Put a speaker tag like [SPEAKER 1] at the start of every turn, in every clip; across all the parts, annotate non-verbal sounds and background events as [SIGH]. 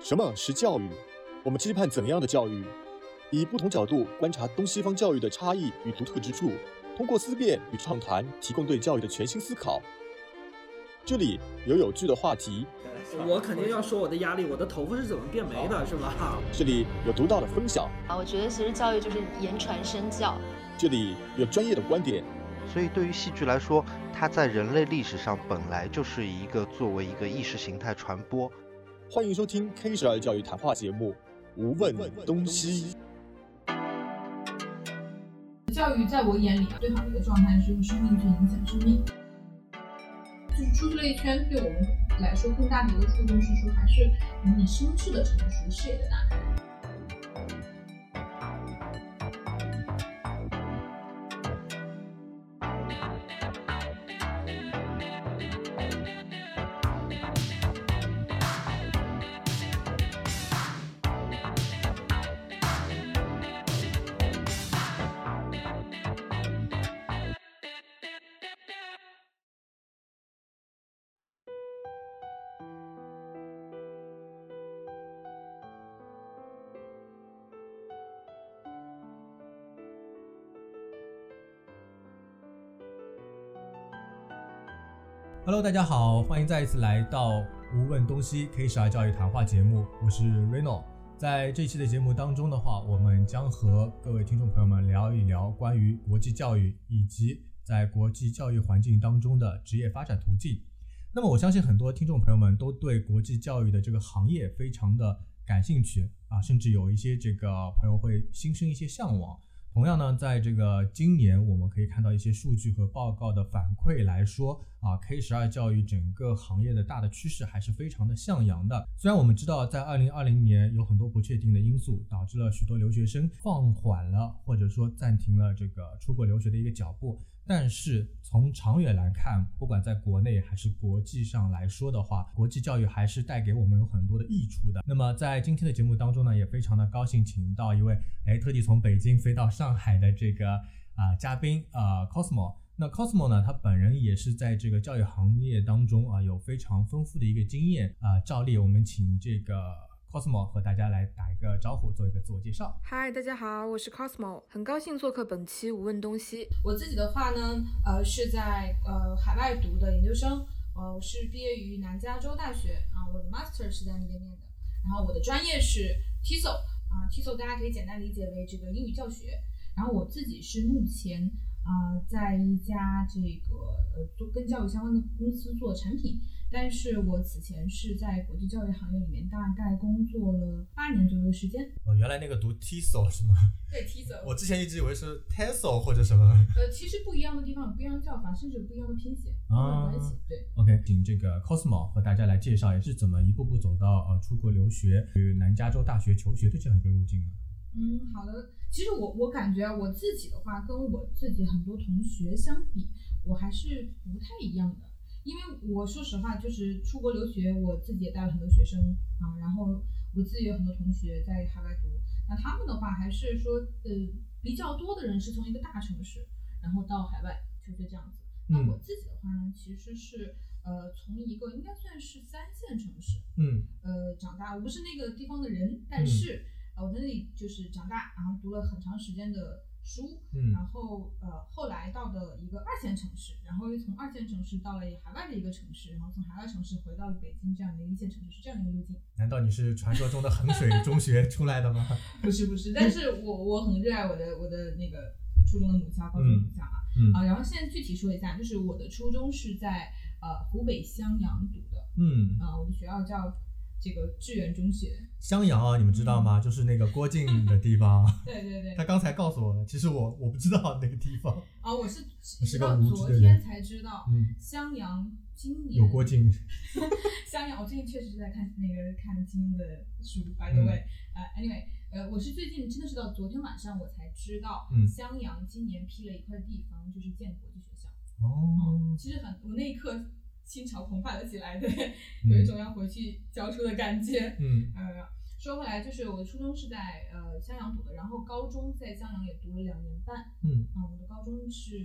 [SPEAKER 1] 什么是教育？我们期盼怎样的教育？以不同角度观察东西方教育的差异与独特之处，通过思辨与畅谈，提供对教育的全新思考。这里有有趣的话题，
[SPEAKER 2] 我肯定要说我的压力，我的头发是怎么变没的，是吧？
[SPEAKER 1] 这里有独到的分享，
[SPEAKER 3] 啊，我觉得其实教育就是言传身教，
[SPEAKER 1] 这里有专业的观点，
[SPEAKER 4] 所以对于戏剧来说，它在人类历史上本来就是一个作为一个意识形态传播。
[SPEAKER 1] 欢迎收听 K 十二教育谈话节目《无问东西》。
[SPEAKER 5] 教育在我眼里啊最好的一个状态是用生命去影响生命。就是出去了一圈，对我们来说更大的一个触动是说，还是你心智的成熟、视野的打开。
[SPEAKER 6] Hello，大家好，欢迎再一次来到无问东西 K 十二教育谈话节目，我是 Reno。在这一期的节目当中的话，我们将和各位听众朋友们聊一聊关于国际教育以及在国际教育环境当中的职业发展途径。那么，我相信很多听众朋友们都对国际教育的这个行业非常的感兴趣啊，甚至有一些这个朋友会心生一些向往。同样呢，在这个今年，我们可以看到一些数据和报告的反馈来说，啊，K 十二教育整个行业的大的趋势还是非常的向阳的。虽然我们知道，在二零二零年有很多不确定的因素，导致了许多留学生放缓了或者说暂停了这个出国留学的一个脚步，但是从长远来看，不管在国内还是国际上来说的话，国际教育还是带给我们有很多的益处的。那么在今天的节目当中呢，也非常的高兴，请到一位哎特地从北京飞到上海的这个啊、嘉宾啊、Cosmo。那 Cosmo 呢，他本人也是在这个教育行业当中啊有非常丰富的一个经验啊。照例我们请这个 Cosmo 和大家来打一个招呼，做一个自我介绍。
[SPEAKER 7] 嗨，大家好，我是 Cosmo，很高兴做客本期无问东西。
[SPEAKER 5] 我自己的话呢，呃，是在呃海外读的研究生，呃，我是毕业于南加州大学啊、我的 master 是在那边念的，然后我的专业是 TESOL 啊、t e s o l 大家可以简单理解为这个英语教学，然后我自己是目前啊、在一家这个呃做跟教育相关的公司做产品，但是我此前是在国际教育行业里面大概工作了八年左右的时间。
[SPEAKER 6] 哦，原来那个读 TESOL 是吗？
[SPEAKER 5] 对 TESOL，
[SPEAKER 6] 我之前一直以为是 TESOL 或者什么。
[SPEAKER 5] 呃，其实不一样的地方有不一样的叫法，甚至有不一样的拼写，
[SPEAKER 6] 啊
[SPEAKER 5] 没有关系。对，
[SPEAKER 6] OK，请这个 Cosmo 和大家来介绍一下是怎么一步步走到呃出国留学、去南加州大学求学的这样一个路径呢？
[SPEAKER 5] 嗯，好的。其实我我感觉啊我自己的话，跟我自己很多同学相比，我还是不太一样的。因为我说实话，就是出国留学，我自己也带了很多学生啊，然后我自己有很多同学在海外读，那他们的话还是说，呃，比较多的人是从一个大城市，然后到海外求学这样子。那
[SPEAKER 6] 嗯
[SPEAKER 5] 我自己的话呢，其实是呃，从一个应该算是三线城市，
[SPEAKER 6] 嗯
[SPEAKER 5] 呃长大，我不是那个地方的人，但
[SPEAKER 6] 嗯
[SPEAKER 5] 是、呃我在那里就是长大，然后读了很长时间的书，
[SPEAKER 6] 嗯
[SPEAKER 5] 然后呃后来到的一个二线城市，然后又从二线城市到了海外的一个城市，然后从海外城市回到了北京这样的一个一线城市，是这样的一个路径。
[SPEAKER 6] 难道你是传说中的衡水中学出来的吗？
[SPEAKER 5] [LAUGHS] 不是不是，但是我我很热爱我的我的那个初中的母校、高中的母校啊。
[SPEAKER 6] 嗯
[SPEAKER 5] 啊，然后现在具体说一下，就是我的初中是在呃湖北襄阳读的，
[SPEAKER 6] 嗯，
[SPEAKER 5] 啊、我的学校叫这个致远中学。
[SPEAKER 6] 襄阳啊，你们知道吗？就是那个郭靖的地方。
[SPEAKER 5] 嗯 [LAUGHS] 对对对，
[SPEAKER 6] 他刚才告诉我了，其实我我不知道那个地方。
[SPEAKER 5] 啊，我是
[SPEAKER 6] 我
[SPEAKER 5] 直
[SPEAKER 6] 是
[SPEAKER 5] 到
[SPEAKER 6] 个无知
[SPEAKER 5] 昨
[SPEAKER 6] 的人
[SPEAKER 5] 天才知道，
[SPEAKER 6] 嗯，
[SPEAKER 5] 襄阳今年
[SPEAKER 6] 有郭靖。
[SPEAKER 5] [LAUGHS] 襄阳，我最近确实是在看那个看金庸的书，by the
[SPEAKER 6] 嗯
[SPEAKER 5] way，呃、a n y w a y 呃，我是最近真的是到昨天晚上我才知道
[SPEAKER 6] 嗯，
[SPEAKER 5] 襄阳今年批了一块地方，就是建国际学校。
[SPEAKER 6] 哦，
[SPEAKER 5] 其实很，我那一刻心潮澎湃了起来，对，[LAUGHS]
[SPEAKER 6] 嗯
[SPEAKER 5] 有一种要回去教书的感觉。
[SPEAKER 6] 嗯
[SPEAKER 5] 呃，说回来，就是我的初中是在呃襄阳读的，然后高中在襄阳也读了两年半。
[SPEAKER 6] 嗯
[SPEAKER 5] 嗯，我的高中是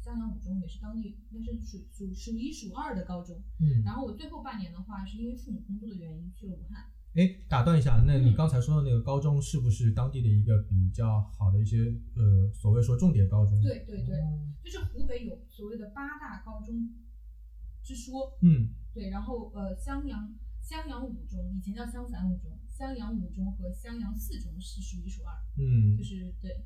[SPEAKER 5] 襄阳五中，也是当地应该是数数数一数二的高中。
[SPEAKER 6] 嗯。
[SPEAKER 5] 然后我最后半年的话，是因为父母工作的原因去了武汉。
[SPEAKER 6] 哎，哎，打断一下，那你
[SPEAKER 3] 嗯
[SPEAKER 6] 刚才说的那个高中是不是当地的一个比较好的一些呃所谓说重点高中？
[SPEAKER 5] 对对对
[SPEAKER 6] 哦
[SPEAKER 5] 就是湖北有所谓的八大高中之说，
[SPEAKER 6] 嗯
[SPEAKER 5] 对，然后呃，襄阳襄阳五中以前叫襄樊五中，襄阳五中和襄阳四中是数一数二，
[SPEAKER 6] 嗯
[SPEAKER 5] 就，是对，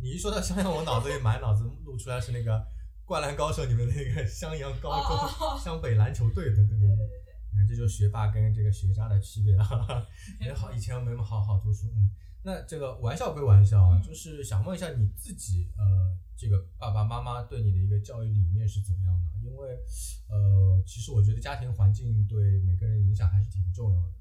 [SPEAKER 6] 你一说到襄阳，我脑子里满脑子露出来是那个《灌篮高手》里面的那个襄阳高中、
[SPEAKER 5] 哦哦哦
[SPEAKER 6] 湘北篮球队的，对
[SPEAKER 5] 对
[SPEAKER 6] 不
[SPEAKER 5] 对
[SPEAKER 6] 对？
[SPEAKER 5] 对对，
[SPEAKER 6] 嗯，这就是学霸跟这个学渣的区别 [LAUGHS] 啊。也好，以前我们好好读书，嗯。那这个玩笑归玩笑啊，
[SPEAKER 5] 嗯
[SPEAKER 6] 就是想问一下你自己，呃，这个爸爸妈妈对你的一个教育理念是怎么样的？因为，呃，其实我觉得家庭环境对每个人影响还是挺重要的。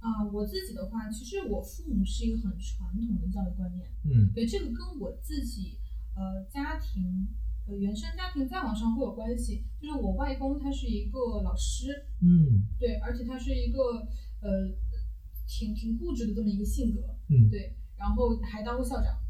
[SPEAKER 5] 啊、我自己的话，其实我父母是一个很传统的教育观念，
[SPEAKER 6] 嗯
[SPEAKER 5] 对，这个跟我自己呃家庭呃原生家庭再往上会有关系。就是我外公他是一个老师，
[SPEAKER 6] 嗯
[SPEAKER 5] 对，而且他是一个呃挺挺固执的这么一个性格，
[SPEAKER 6] 嗯
[SPEAKER 5] 对，然后还当过校长，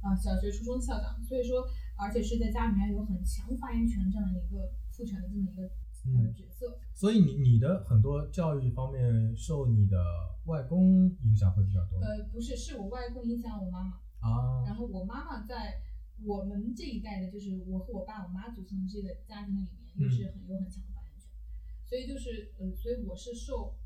[SPEAKER 5] 啊、小学、初中校长，所以说而且是在家里面有很强发言权这样的一个父权的这么一个呃
[SPEAKER 6] 嗯
[SPEAKER 5] 角色。
[SPEAKER 6] 所以你你的很多教育方面受你的外公影响会比较多
[SPEAKER 5] 呃，不是，是我外公影响我妈妈。
[SPEAKER 6] 啊
[SPEAKER 5] 然后我妈妈在我们这一代的，就是我和我爸我妈组成的这个家庭里面，
[SPEAKER 6] 嗯
[SPEAKER 5] 又是很有很强的发言权，所以就是呃，所以我是受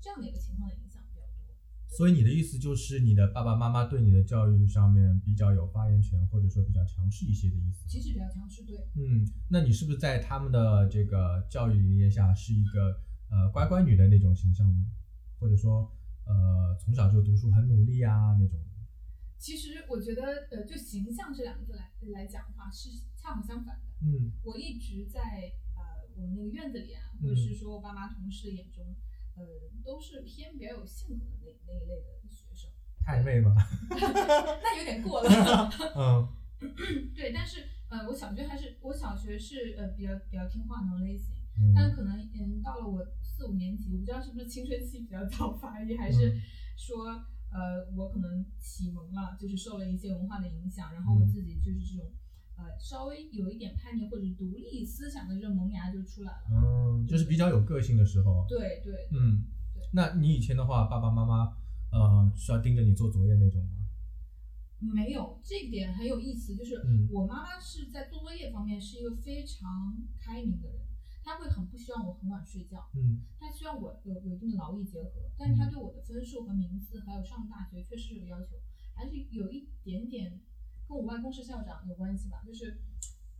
[SPEAKER 5] 这样的一个情况的影响比较多。
[SPEAKER 6] 所以你的意思就是你的爸爸妈妈对你的教育上面比较有发言权，或者说比较强势一些的意思吗？
[SPEAKER 5] 其实比较强势，对，
[SPEAKER 6] 嗯，那你是不是在他们的这个教育理念下是一个呃乖乖女的那种形象呢？或者说呃从小就读书很努力啊那种？
[SPEAKER 5] 其实我觉得呃，就形象这两个字来来讲的话，是恰好相反的。
[SPEAKER 6] 嗯
[SPEAKER 5] 我一直在呃我们那个院子里啊，或者
[SPEAKER 6] 嗯
[SPEAKER 5] 是说我爸妈同事的眼中，呃，都是偏比较有性格的那那一类的学生， [LAUGHS]
[SPEAKER 6] 太妹嘛，
[SPEAKER 5] 那有点过了。 [LAUGHS]
[SPEAKER 6] 嗯
[SPEAKER 5] 对，但是呃，我小学还是我小学是呃比较比较听话那种类型，但
[SPEAKER 6] 嗯
[SPEAKER 5] 是可能嗯到了我四五年级，我不知道是不是青春期比较早发育，还是
[SPEAKER 6] 嗯
[SPEAKER 5] 说呃我可能启蒙了，就是受了一些文化的影响，然后我
[SPEAKER 6] 嗯
[SPEAKER 5] 自己就是这种呃稍微有一点叛逆或者独立思想的这种萌芽就出来了。
[SPEAKER 6] 嗯，就是比较有个性的时候。
[SPEAKER 5] 对对，
[SPEAKER 6] 嗯，那你以前的话，爸爸妈妈呃需要盯着你做作业那种吗？
[SPEAKER 5] 没有这一点很有意思，就是
[SPEAKER 6] 嗯
[SPEAKER 5] 我妈妈是在做作业方面是一个非常开明的人，她会很不希望我很晚睡觉。
[SPEAKER 6] 嗯
[SPEAKER 5] 他希望我有有一定的劳逸结合，但是他
[SPEAKER 6] 嗯
[SPEAKER 5] 对我的分数和名次，还有上大学确实有要求，还是有一点点跟我外公是校长有关系吧，就是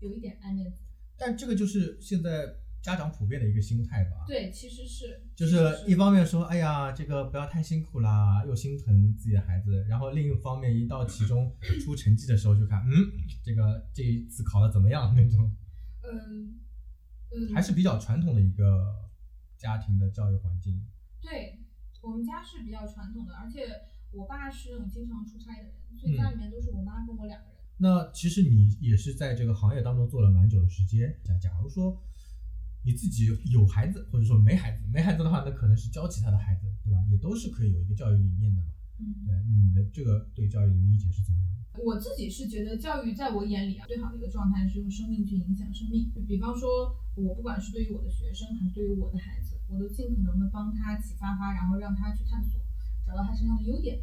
[SPEAKER 5] 有一点爱面子。
[SPEAKER 6] 但这个就是现在家长普遍的一个心态吧。
[SPEAKER 5] 对，其实是
[SPEAKER 6] 就是一方面说，哎呀，这个不要太辛苦啦，又心疼自己的孩子；然后另一方面，一到期中出成绩的时候，就看，嗯，这个这一次考的怎么样那种，
[SPEAKER 5] 嗯嗯，
[SPEAKER 6] 还是比较传统的一个家庭的教育环境。
[SPEAKER 5] 对我们家是比较传统的，而且我爸是那种经常出差的人，所
[SPEAKER 6] 嗯
[SPEAKER 5] 以家里面都是我妈跟我两个人。
[SPEAKER 6] 那其实你也是在这个行业当中做了蛮久的时间。假假如说你自己有孩子，或者说没孩子，没孩子的话，那可能是教其他的孩子，对吧？也都是可以有一个教育理念的嘛。
[SPEAKER 5] 嗯
[SPEAKER 6] 对，你的这个对教育的理解是怎么样的？
[SPEAKER 5] 我自己是觉得教育在我眼里啊，最好的一个状态是用生命去影响生命。就比方说，我不管是对于我的学生，还是对于我的孩子，我都尽可能的帮他启发他，然后让他去探索，找到他身上的优点，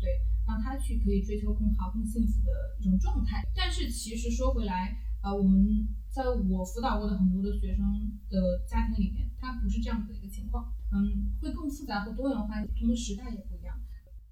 [SPEAKER 5] 对，让他去可以追求更好、更幸福的一种状态。但是其实说回来，呃，我们在我辅导过的很多的学生的家庭里面，他不是这样子的一个情况，嗯，会更复杂和多元化，不同的时代也不一样。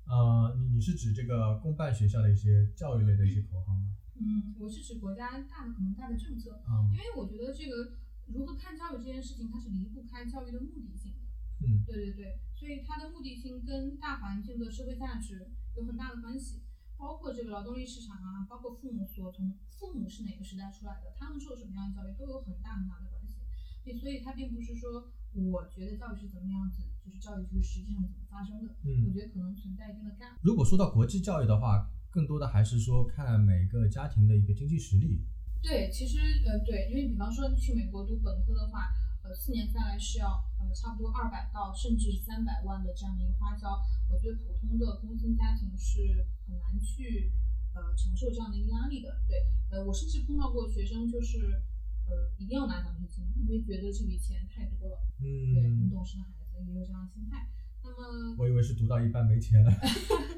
[SPEAKER 6] 呃，你你是指这个公办学校的一些教育类的一些口号吗？
[SPEAKER 5] 嗯，我是指国家大的可能大的政策。
[SPEAKER 6] 啊、
[SPEAKER 5] 因为我觉得这个如何看教育这件事情，它是离不开教育的目的性的。
[SPEAKER 6] 嗯
[SPEAKER 5] 对对对，所以它的目的性跟大环境的社会价值有很大的关系，包括这个劳动力市场啊，包括父母所从父母是哪个时代出来的，他们受什么样的教育都有很大很大的关系。所以所以它并不是说我觉得教育是怎么样子，就是教育就是实际上怎么发生的。我
[SPEAKER 6] 嗯。
[SPEAKER 5] 觉得可能存在一定的 gap。
[SPEAKER 6] 如果说到国际教育的话，更多的还是说看每个家庭的一个经济实力。
[SPEAKER 5] 对，其实呃，对，因为比方说去美国读本科的话，呃，四年下来是要呃差不多二百到甚至三百万的这样的一个花销，我觉得普通的工薪家庭是很难去呃承受这样的一个压力的。对，呃，我甚至碰到过学生就是呃一定要拿奖学金，因为觉得这笔钱太多了。对，很
[SPEAKER 6] 嗯
[SPEAKER 5] 懂事的孩子也有这样的心态。那么
[SPEAKER 6] 我以为是读到一半没钱了。 [LAUGHS]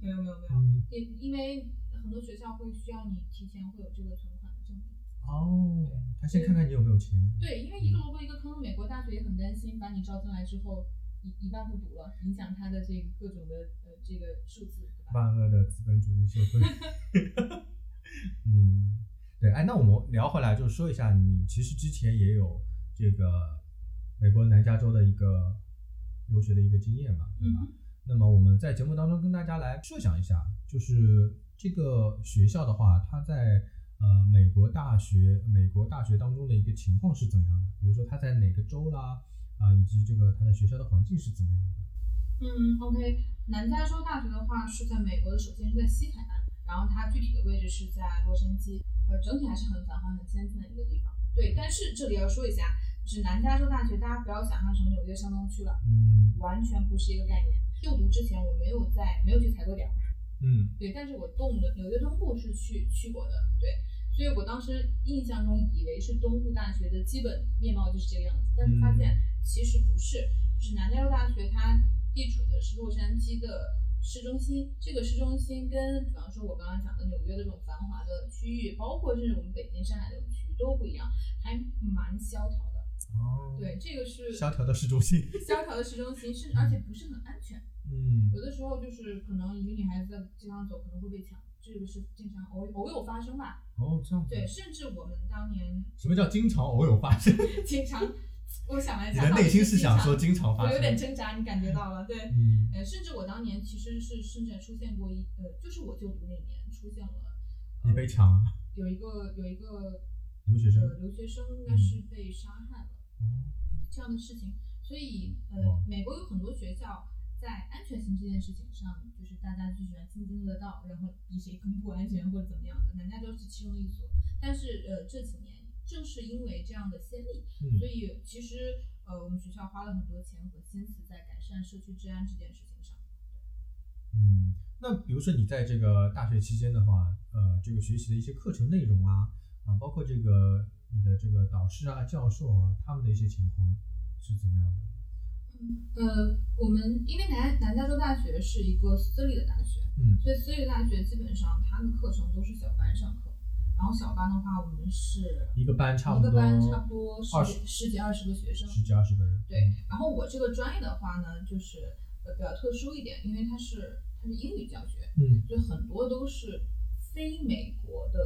[SPEAKER 5] 没有没有没有，
[SPEAKER 6] 嗯，
[SPEAKER 5] 也因为很多学校会需要你提前会有这个存款的证明。
[SPEAKER 6] 哦，他先看看你有没有钱。
[SPEAKER 5] 对，因为一个萝卜一个坑，美国大学也很担心把你招进来之后一一半不读了，影响他的这个各种的呃这个数字，对吧？
[SPEAKER 6] 万恶的资本主义社会。 [LAUGHS] 嗯，对，哎，那我们聊回来，就说一下，你其实之前也有这个美国南加州的一个留学的一个经验嘛，对吧？
[SPEAKER 5] 嗯，
[SPEAKER 6] 那么我们在节目当中跟大家来设想一下，就是这个学校的话，它在呃美国大学美国大学当中的一个情况是怎样的？比如说它在哪个州啦，啊、以及这个它的学校的环境是怎么样的？
[SPEAKER 5] 嗯，OK，南加州大学的话是在美国的，首先是在西海岸，然后它具体的位置是在洛杉矶，呃，整体还是很繁华、很先进的一个地方。对，但是这里要说一下，就是南加州大学，大家不要想象成纽约商东区了，
[SPEAKER 6] 嗯
[SPEAKER 5] 完全不是一个概念。就读之前，我没有在没有去踩过点儿，
[SPEAKER 6] 嗯
[SPEAKER 5] 对，但是我动的纽约东部是去去过的，对，所以我当时印象中以为是东部大学的基本面貌就是这个样子，但是发
[SPEAKER 6] 嗯
[SPEAKER 5] 现其实不是，就是南加州大学它地处的是洛杉矶的市中心，这个市中心跟比方说我刚刚讲的纽约的这种繁华的区域，包括甚至我们北京、上海这种区域都不一样，还蛮萧条的。
[SPEAKER 6] 哦，
[SPEAKER 5] 对，，这个是
[SPEAKER 6] 萧条的市中
[SPEAKER 5] [LAUGHS]
[SPEAKER 6] 心。
[SPEAKER 5] 萧条的市中心，是而且不是很安全。
[SPEAKER 6] 嗯
[SPEAKER 5] 有的时候就是可能一个女孩子在街上走可能会被抢，这个是经常偶偶有发生吧。
[SPEAKER 6] 哦，这样子。
[SPEAKER 5] 对，甚至我们当年 [LAUGHS]
[SPEAKER 6] 什么叫经常偶有发生？
[SPEAKER 5] 经常，我想来
[SPEAKER 6] 你
[SPEAKER 5] 讲，
[SPEAKER 6] 的内心是想说
[SPEAKER 5] 经
[SPEAKER 6] 经常
[SPEAKER 5] 常，
[SPEAKER 6] 发
[SPEAKER 5] 我
[SPEAKER 6] 生。
[SPEAKER 5] 有点挣扎，你感觉到了对。
[SPEAKER 6] 嗯
[SPEAKER 5] 呃，甚至我当年其实是甚至出现过一呃，就是我就读那年出现了
[SPEAKER 6] 你被抢了，
[SPEAKER 5] 有一个有一个
[SPEAKER 6] 留学生
[SPEAKER 5] 呃留学生应该是被杀害了。
[SPEAKER 6] 哦
[SPEAKER 5] 这样的事情。所以，
[SPEAKER 6] 哇
[SPEAKER 5] 呃，美国有很多学校在安全性这件事情上，就是大家就喜欢津津乐道，然后比谁更不安全或者怎么样的。南加州是其中一所，但是呃，这几年正是因为这样的先例，所
[SPEAKER 6] 嗯
[SPEAKER 5] 以其实呃，我们学校花了很多钱和心思在改善社区治安这件事情上。
[SPEAKER 6] 嗯。那比如说你在这个大学期间的话，呃，这个学习的一些课程内容啊，啊，包括这个你的这个导师啊、教授啊，他们的一些情况是怎么样的？
[SPEAKER 5] 呃，我们因为南南加州大学是一个私立的大学，
[SPEAKER 6] 嗯
[SPEAKER 5] 所以私立大学基本上它的课程都是小班上课，然后小班的话，我们是
[SPEAKER 6] 一个班差不
[SPEAKER 5] 一
[SPEAKER 6] 多
[SPEAKER 5] 个班差不多十
[SPEAKER 6] 二
[SPEAKER 5] 几
[SPEAKER 6] 十
[SPEAKER 5] 十几二十个学生，
[SPEAKER 6] 十几二十个人。
[SPEAKER 5] 对，然后我这个专业的话呢，就是呃比较特殊一点，因为它是它是英语教学，
[SPEAKER 6] 嗯
[SPEAKER 5] 所以很多都是非美国的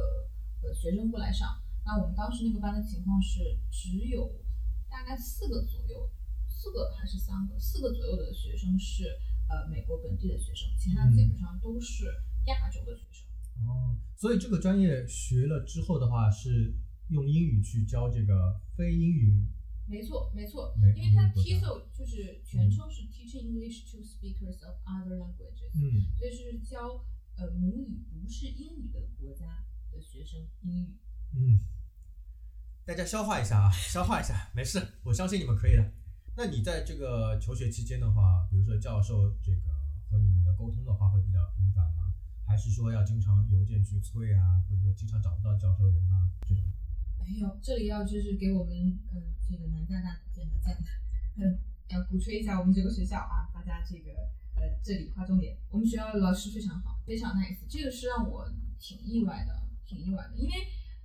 [SPEAKER 5] 呃学生过来上。那我们当时那个班的情况是，只有大概四个左右，四个还是三个，四个左右的学生是呃美国本地的学生，其他
[SPEAKER 6] 嗯
[SPEAKER 5] 基本上都是亚洲的学生。
[SPEAKER 6] 哦，所以这个专业学了之后的话，是用英语去教这个非英语
[SPEAKER 5] 没错，没错
[SPEAKER 6] 美，
[SPEAKER 5] 因为它
[SPEAKER 6] 美国的
[SPEAKER 5] TESOL 就是全称是 Teaching English to Speakers of Other Languages，、
[SPEAKER 6] 嗯
[SPEAKER 5] 所以是教呃母语不是英语的国家的学生英语。
[SPEAKER 6] 嗯，大家消化一下啊，消化一下，没事，我相信你们可以的。那你在这个求学期间的话，比如说教授这个和你们的沟通的话，会比较频繁吗？还是说要经常邮件去催啊，或者说经常找不到教授人啊？
[SPEAKER 5] 没有，这里要就是给我们嗯这个南加大建的建的，嗯，要鼓吹一下我们这个学校啊，大家这个呃这里划重点，我们学校的老师非常好，非常 nice，这个是让我挺意外的，挺意外的，因为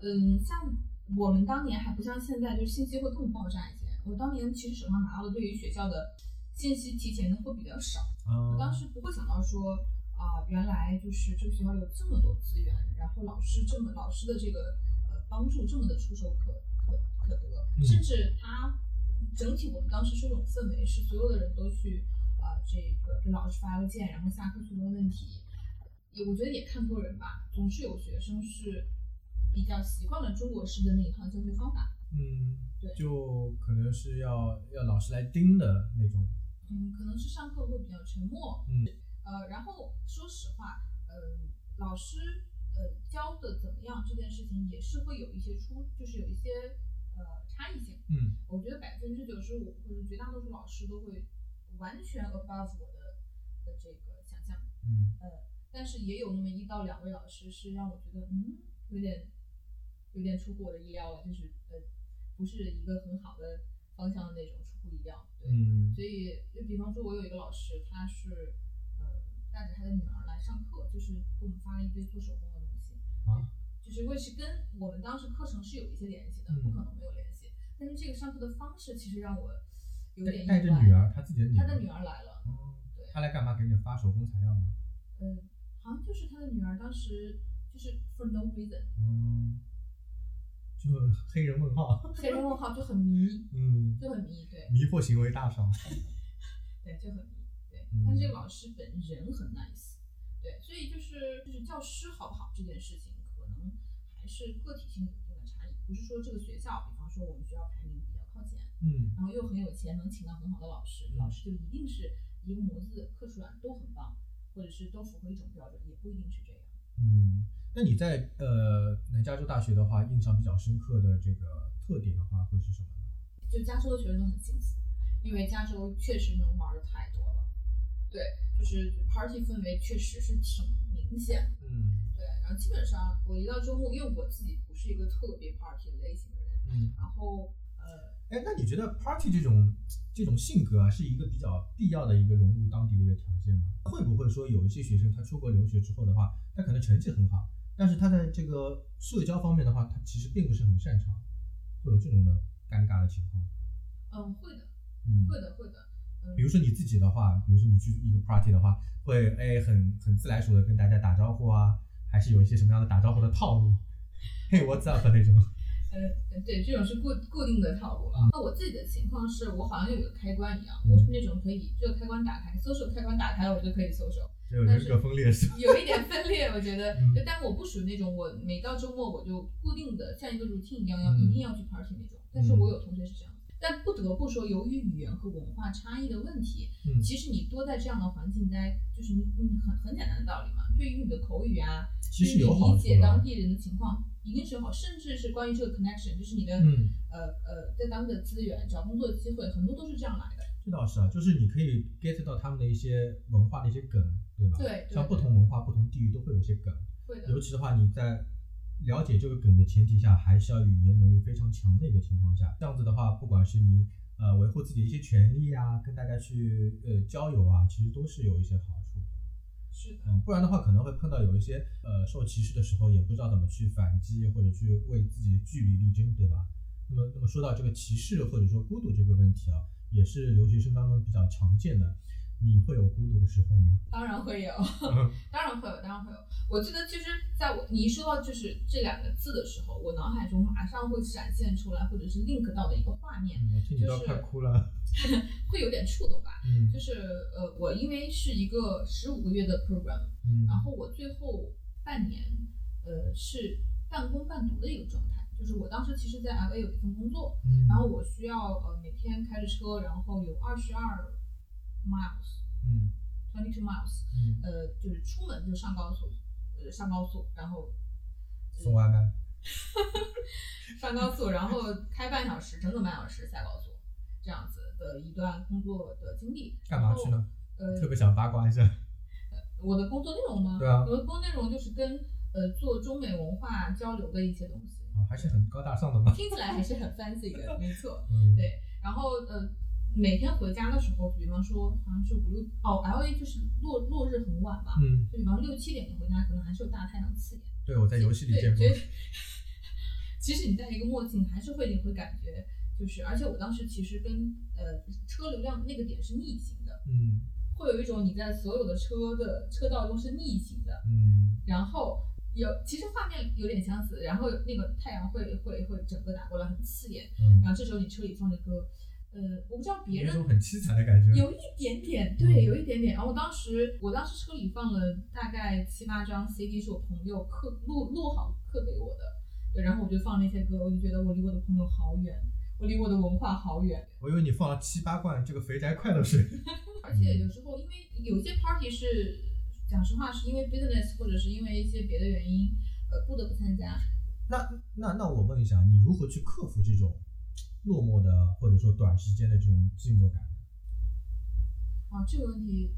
[SPEAKER 5] 嗯像我们当年还不像现在，就是信息会更爆炸一些，我当年其实手上拿到的对于学校的信息提前的会比较少。
[SPEAKER 6] 啊、
[SPEAKER 5] 我当时不会想到说，啊、原来就是这个学校有这么多资源，然后老师这么老师的这个呃帮助这么的触手可可可得，
[SPEAKER 6] 嗯
[SPEAKER 5] 甚至他整体我们当时是一种氛围，是所有的人都去啊、这个给老师发邮件，然后下课去问问题，也我觉得也看多人吧，总是有学生是比较习惯了中国式的那一套教学方法，
[SPEAKER 6] 嗯，
[SPEAKER 5] 对
[SPEAKER 6] 就可能是要要老师来盯的那种。
[SPEAKER 5] 嗯，可能是上课会比较沉默，
[SPEAKER 6] 嗯
[SPEAKER 5] 呃，然后说实话，呃，老师呃教的怎么样这件事情也是会有一些出，就是有一些呃差异性。
[SPEAKER 6] 嗯
[SPEAKER 5] 我觉得百分之九十五或者绝大多数老师都会完全 above 我的的这个想象，
[SPEAKER 6] 嗯
[SPEAKER 5] 但是也有那么一到两位老师是让我觉得嗯有点有点出乎我的意料了，就是呃不是一个很好的方向的那种，出乎意料。对，
[SPEAKER 6] 嗯
[SPEAKER 5] 所以就比方说，我有一个老师，他是呃带着他的女儿来上课，就是给我们发了一堆做手工的东西，
[SPEAKER 6] 啊
[SPEAKER 5] 就是会是跟我们当时课程是有一些联系的，
[SPEAKER 6] 嗯
[SPEAKER 5] 不可能没有联系。但是这个上课的方式其实让我有点
[SPEAKER 6] 带
[SPEAKER 5] 意
[SPEAKER 6] 带
[SPEAKER 5] 外。
[SPEAKER 6] 着女儿，他自己的女儿，
[SPEAKER 5] 他的女儿来了，
[SPEAKER 6] 哦
[SPEAKER 5] 对，
[SPEAKER 6] 他来干嘛？给你发手工材料吗？
[SPEAKER 5] 嗯，好像就是他的女儿当时就是 for no reason， [LAUGHS]
[SPEAKER 6] 嗯，就黑人问号，
[SPEAKER 5] 黑人问号就很迷，
[SPEAKER 6] 嗯，
[SPEAKER 5] 就很迷，对
[SPEAKER 6] 迷惑行为大赏，
[SPEAKER 5] 对，就很迷，对
[SPEAKER 6] 嗯。
[SPEAKER 5] 但是这个老师本人很 nice，对，所以就是就是教师好不好这件事情，可能还是个体性有一定的差异，不是说这个学校，比方说我们学校排名比较靠前，
[SPEAKER 6] 嗯
[SPEAKER 5] 然后又很有钱，能请到很好的老师，
[SPEAKER 6] 嗯
[SPEAKER 5] 老师就一定是一个模子刻出来都很棒，或者是都符合一种标准，也不一定是这样。
[SPEAKER 6] 嗯。那你在呃南加州大学的话，印象比较深刻的这个特点的话，会是什么呢？
[SPEAKER 5] 就加州的学生都很幸福，因为加州确实能玩的太多了。对，就是 party 氛围确实是挺明显的。
[SPEAKER 6] 嗯
[SPEAKER 5] 对，然后基本上我一到周末，因为我自己不是一个特别 party 类型的人，
[SPEAKER 6] 嗯。
[SPEAKER 5] 然后呃，
[SPEAKER 6] 哎，那你觉得 party 这种这种性格啊，是一个比较必要的一个融入当地的一个条件吗？会不会说有一些学生他出国留学之后的话，他可能成绩很好，但是他在这个社交方面的话，他其实并不是很擅长，会有这种的尴尬的情况。
[SPEAKER 5] 嗯，会的，
[SPEAKER 6] 嗯，
[SPEAKER 5] 会的，会的。嗯
[SPEAKER 6] 比如说你自己的话，比如说你去一个 party 的话，会哎很很自来熟的跟大家打招呼啊，还是有一些什么样的打招呼的套路？Hey what's up 那种？
[SPEAKER 5] 呃，对，这种是固固定的套路了。那我自己的情况是我好像有一个开关一样，
[SPEAKER 6] 嗯
[SPEAKER 5] 我是那种可以这个开关打开，social 开关打开了，我就可以 social。
[SPEAKER 6] 这种
[SPEAKER 5] 但
[SPEAKER 6] 人
[SPEAKER 5] 是
[SPEAKER 6] 格分裂是吧？
[SPEAKER 5] 有一点分裂，我觉得
[SPEAKER 6] 嗯，
[SPEAKER 5] 就但我不属于那种我每到周末我就固定的像一个 routine 一样要、
[SPEAKER 6] 嗯
[SPEAKER 5] 一定要去 party 那种。但是我有同学是这样子，但不得不说，由于语言和文化差异的问题，
[SPEAKER 6] 嗯
[SPEAKER 5] 其实你多在这样的环境待，就是你你很很简单的道理嘛，对于你的口语啊，
[SPEAKER 6] 其
[SPEAKER 5] 对
[SPEAKER 6] 实
[SPEAKER 5] 于
[SPEAKER 6] 有
[SPEAKER 5] 你
[SPEAKER 6] 好
[SPEAKER 5] 理
[SPEAKER 6] 处啊
[SPEAKER 5] 解当
[SPEAKER 6] 的。
[SPEAKER 5] 地人的情况，一定是有好，甚至是关于这个 connection，就是你的、
[SPEAKER 6] 嗯。
[SPEAKER 5] 呃呃在当地的资源、找工作机会，很多都是这样来的。
[SPEAKER 6] 这倒是啊，就是你可以 get 到他们的一些文化的一些梗，对吧？
[SPEAKER 5] 对对
[SPEAKER 6] 像不同文化、不同地域都会有一些梗，
[SPEAKER 5] 会的，
[SPEAKER 6] 尤其的话，你在了解这个梗的前提下，还是要语言能力非常强的一个情况下，这样子的话，不管是你呃维护自己的一些权利啊，跟大家去呃交友啊，其实都是有一些好处的。
[SPEAKER 5] 是的，
[SPEAKER 6] 嗯，不然的话可能会碰到有一些呃受歧视的时候，也不知道怎么去反击或者去为自己据理力争，对吧？那么，那么说到这个歧视或者说孤独这个问题啊，也是留学生当中比较常见的。你会有孤独的时候吗？
[SPEAKER 5] 当然会有。
[SPEAKER 6] 嗯
[SPEAKER 5] [LAUGHS] 当然会有，当然会有。我记得就是在我你一说到就是这两个字的时候，我脑海中马上会闪现出来，或者是 link 到的一个画面，
[SPEAKER 6] 我嗯听你都要快哭了。
[SPEAKER 5] [LAUGHS] 会有点触动吧。
[SPEAKER 6] 嗯
[SPEAKER 5] 就是呃，我因为是一个十五个月的 program，
[SPEAKER 6] 嗯，
[SPEAKER 5] 然后我最后半年呃是半工半读的一个状态，就是我当时其实在 LA 有一份工作，
[SPEAKER 6] 嗯
[SPEAKER 5] 然后我需要呃每天开着车，然后有二十二 miles。
[SPEAKER 6] 嗯
[SPEAKER 5] Twenty two miles，
[SPEAKER 6] 嗯
[SPEAKER 5] 呃，就是出门就上高速，呃，上高速，然后
[SPEAKER 6] 送外卖，
[SPEAKER 5] 上高速，然后开半小时，整整半小时下高速，这样子的一段工作的经历。
[SPEAKER 6] 干嘛去
[SPEAKER 5] 然后？
[SPEAKER 6] 呢？特
[SPEAKER 5] 呃，
[SPEAKER 6] 别想八
[SPEAKER 5] [LAUGHS]
[SPEAKER 6] 卦一下。
[SPEAKER 5] 我的工作内容吗？
[SPEAKER 6] 对啊
[SPEAKER 5] 我的工作内容就是跟呃做中美文化交流的一些东西，
[SPEAKER 6] 哦，还是很高大上的嘛。
[SPEAKER 5] 听起来还是很 fancy 的， [LAUGHS] 没错。
[SPEAKER 6] 嗯，
[SPEAKER 5] 对然后呃，每天回家的时候，比方说好像是五六哦，L A 就是落落日很晚吧，
[SPEAKER 6] 嗯，
[SPEAKER 5] 就比方六七点你回家，可能还是有大太阳刺眼。
[SPEAKER 6] 对，我在游戏里
[SPEAKER 5] 对，
[SPEAKER 6] 见过
[SPEAKER 5] 觉。 [LAUGHS] 得即使你戴一个墨镜，还是会你会感觉就是，而且我当时其实跟呃车流量那个点是逆行的，
[SPEAKER 6] 嗯
[SPEAKER 5] 会有一种你在所有的车的车道中是逆行的，
[SPEAKER 6] 嗯
[SPEAKER 5] 然后有其实画面有点相似，然后那个太阳会会会整个打过来很刺眼，然
[SPEAKER 6] 嗯，
[SPEAKER 5] 后啊这时候你车里放着歌，呃，我不知道别
[SPEAKER 6] 有一
[SPEAKER 5] 人
[SPEAKER 6] 种很凄惨的感觉。
[SPEAKER 5] 有一点点，对，有一点点。然后当时我当时车里放了大概七八张 CD，是我朋友刻录录好刻给我的，对，然后我就放那些歌，我就觉得我离我的朋友好远，我离我的文化好远。
[SPEAKER 6] 我以为你放了七八罐这个肥宅快乐水。 [LAUGHS]
[SPEAKER 5] 而且有时候因为有些 party 是，讲实话是因为 business 或者是因为一些别的原因，呃，不得不参加。
[SPEAKER 6] 那那那我问一下，你如何去克服这种落寞的或者说短时间的这种寂寞感呢？
[SPEAKER 5] 啊，这个问题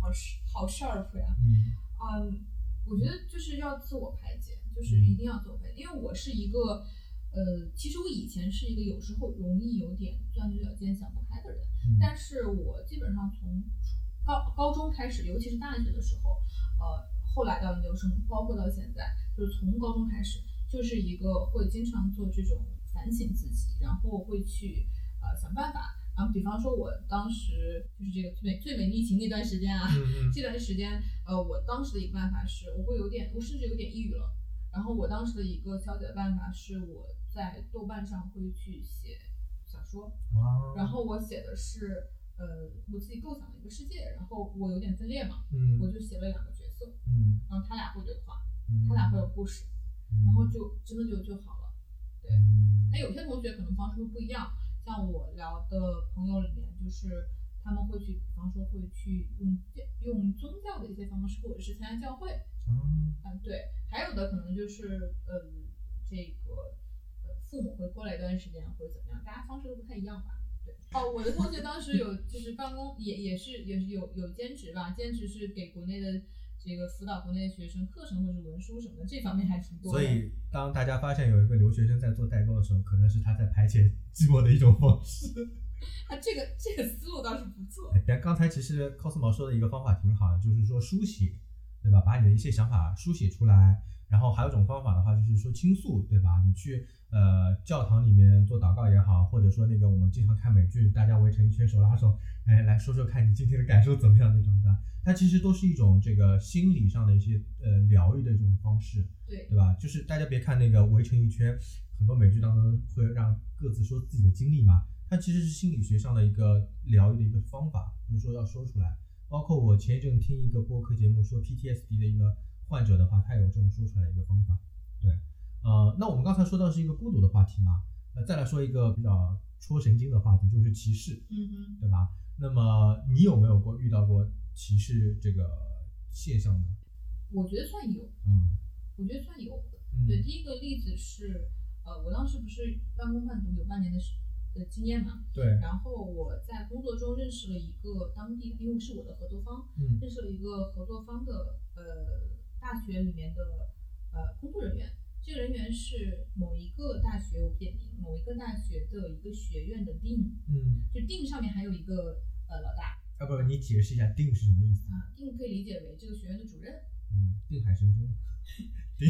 [SPEAKER 5] 好事啊好 sharp 呀、
[SPEAKER 6] 嗯
[SPEAKER 5] 嗯，我觉得就是要自我排解，就是一定要自我排解，因为我是一个，呃，其实我以前是一个有时候容易有点钻牛角尖、想不开的人，
[SPEAKER 6] 嗯
[SPEAKER 5] 但是我基本上从初高高中开始，尤其是大学的时候，呃，后来到研究生，包括到现在，就是从高中开始，就是一个会经常做这种反省自己，然后会去呃想办法。然后，比方说，我当时就是这个最美最美疫情那段时间啊，
[SPEAKER 6] 嗯
[SPEAKER 5] 这段时间，呃，我当时的一个办法是，我会有点，我甚至有点抑郁了。然后我当时的一个消解的办法是，我在豆瓣上会去写小说，
[SPEAKER 6] 嗯，啊
[SPEAKER 5] 然后我写的是，呃，我自己构想的一个世界。然后我有点分裂嘛，
[SPEAKER 6] 嗯
[SPEAKER 5] 我就写了两个角色，
[SPEAKER 6] 嗯
[SPEAKER 5] 然后他俩会对话，
[SPEAKER 6] 嗯，
[SPEAKER 5] 他俩会有故事，
[SPEAKER 6] 嗯，
[SPEAKER 5] 然后就真的就就好了。对
[SPEAKER 6] 嗯
[SPEAKER 5] 那有些同学可能方式会不一样，像我聊的朋友里面，就是他们会去，比方说会去用用宗教的一些方式，或者是参加教会，
[SPEAKER 6] 嗯
[SPEAKER 5] 嗯，对，还有的可能就是呃，这个呃父母会过来一段时间或者怎么样，大家方式都不太一样吧。对，哦，我的同学当时有就是办公也也是也是有有兼职吧，兼职是给国内的这个辅导国内的学生课程或者文书什么的，这方面还挺多
[SPEAKER 6] 所
[SPEAKER 5] 的。
[SPEAKER 6] 以，当大家发现有一个留学生在做代购的时候，可能是他在排解寂寞的一种方式。 [LAUGHS]
[SPEAKER 5] 啊，这个这个思路倒是不错。
[SPEAKER 6] 但哎刚才其实 cosmo 说的一个方法挺好的，就是说书写，对吧？把你的一些想法书写出来。然后还有一种方法的话，就是说倾诉，对吧？你去呃教堂里面做祷告也好，或者说那个我们经常看美剧，大家围成一圈手拉手，哎，来说说看你今天的感受怎么样那种的。它其实都是一种这个心理上的一些呃疗愈的一种方式。
[SPEAKER 5] 对，
[SPEAKER 6] 对吧？就是大家别看那个围成一圈，很多美剧当中会让各自说自己的经历嘛，它其实是心理学上的一个疗愈的一个方法，就是说要说出来。包括我前一阵听一个播客节目说 PTSD 的一个患者的话，他有这种说出来的一个方法。对，呃，那我们刚才说到是一个孤独的话题嘛，那再来说一个比较戳神经的话题，就是歧视。
[SPEAKER 5] 嗯哼，
[SPEAKER 6] 对吧？那么你有没有过遇到过歧视这个现象呢？
[SPEAKER 5] 我觉得算有，
[SPEAKER 6] 嗯
[SPEAKER 5] 我觉得算有。
[SPEAKER 6] 嗯
[SPEAKER 5] 对，第一个例子是，呃，我当时不是半工半读有半年的时的经验嘛，
[SPEAKER 6] 对，
[SPEAKER 5] 然后我在工作中认识了一个当地，因为是我的合作方，
[SPEAKER 6] 嗯
[SPEAKER 5] 认识了一个合作方的呃大学里面的呃工作人员。这个人员是某一个大学，我不点名，某一个大学的一个学院的 dean，
[SPEAKER 6] 嗯。
[SPEAKER 5] 就 dean 上面还有一个呃老大
[SPEAKER 6] 要不你解释一下“定”是什么意思？
[SPEAKER 5] 啊，dean 可以理解为这个学院的主任，
[SPEAKER 6] 嗯，定海神针。定。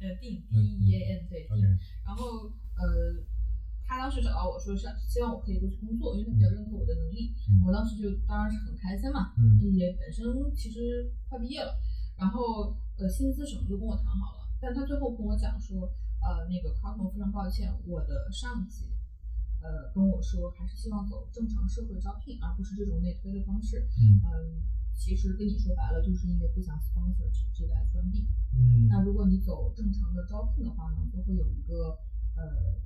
[SPEAKER 5] 呃，dean d
[SPEAKER 6] 嗯
[SPEAKER 5] e a n 对
[SPEAKER 6] OK
[SPEAKER 5] dean，。然后呃，他当时找到我说是希望我可以过去工作，因为他比较认可我的能力。
[SPEAKER 6] 嗯
[SPEAKER 5] 我当时就当然是很开心嘛，
[SPEAKER 6] 嗯
[SPEAKER 5] 也本身其实快毕业了，然后呃薪资什么都跟我谈好了，但他最后跟我讲说，呃那个 Cosmo 非常抱歉，我的上级。呃，跟我说还是希望走正常社会招聘，而不是这种内推的方式。
[SPEAKER 6] 嗯
[SPEAKER 5] 嗯，其实跟你说白了，就是因为不想 sponsor 直接来专 B。
[SPEAKER 6] 嗯
[SPEAKER 5] 那如果你走正常的招聘的话呢，就会有一个呃，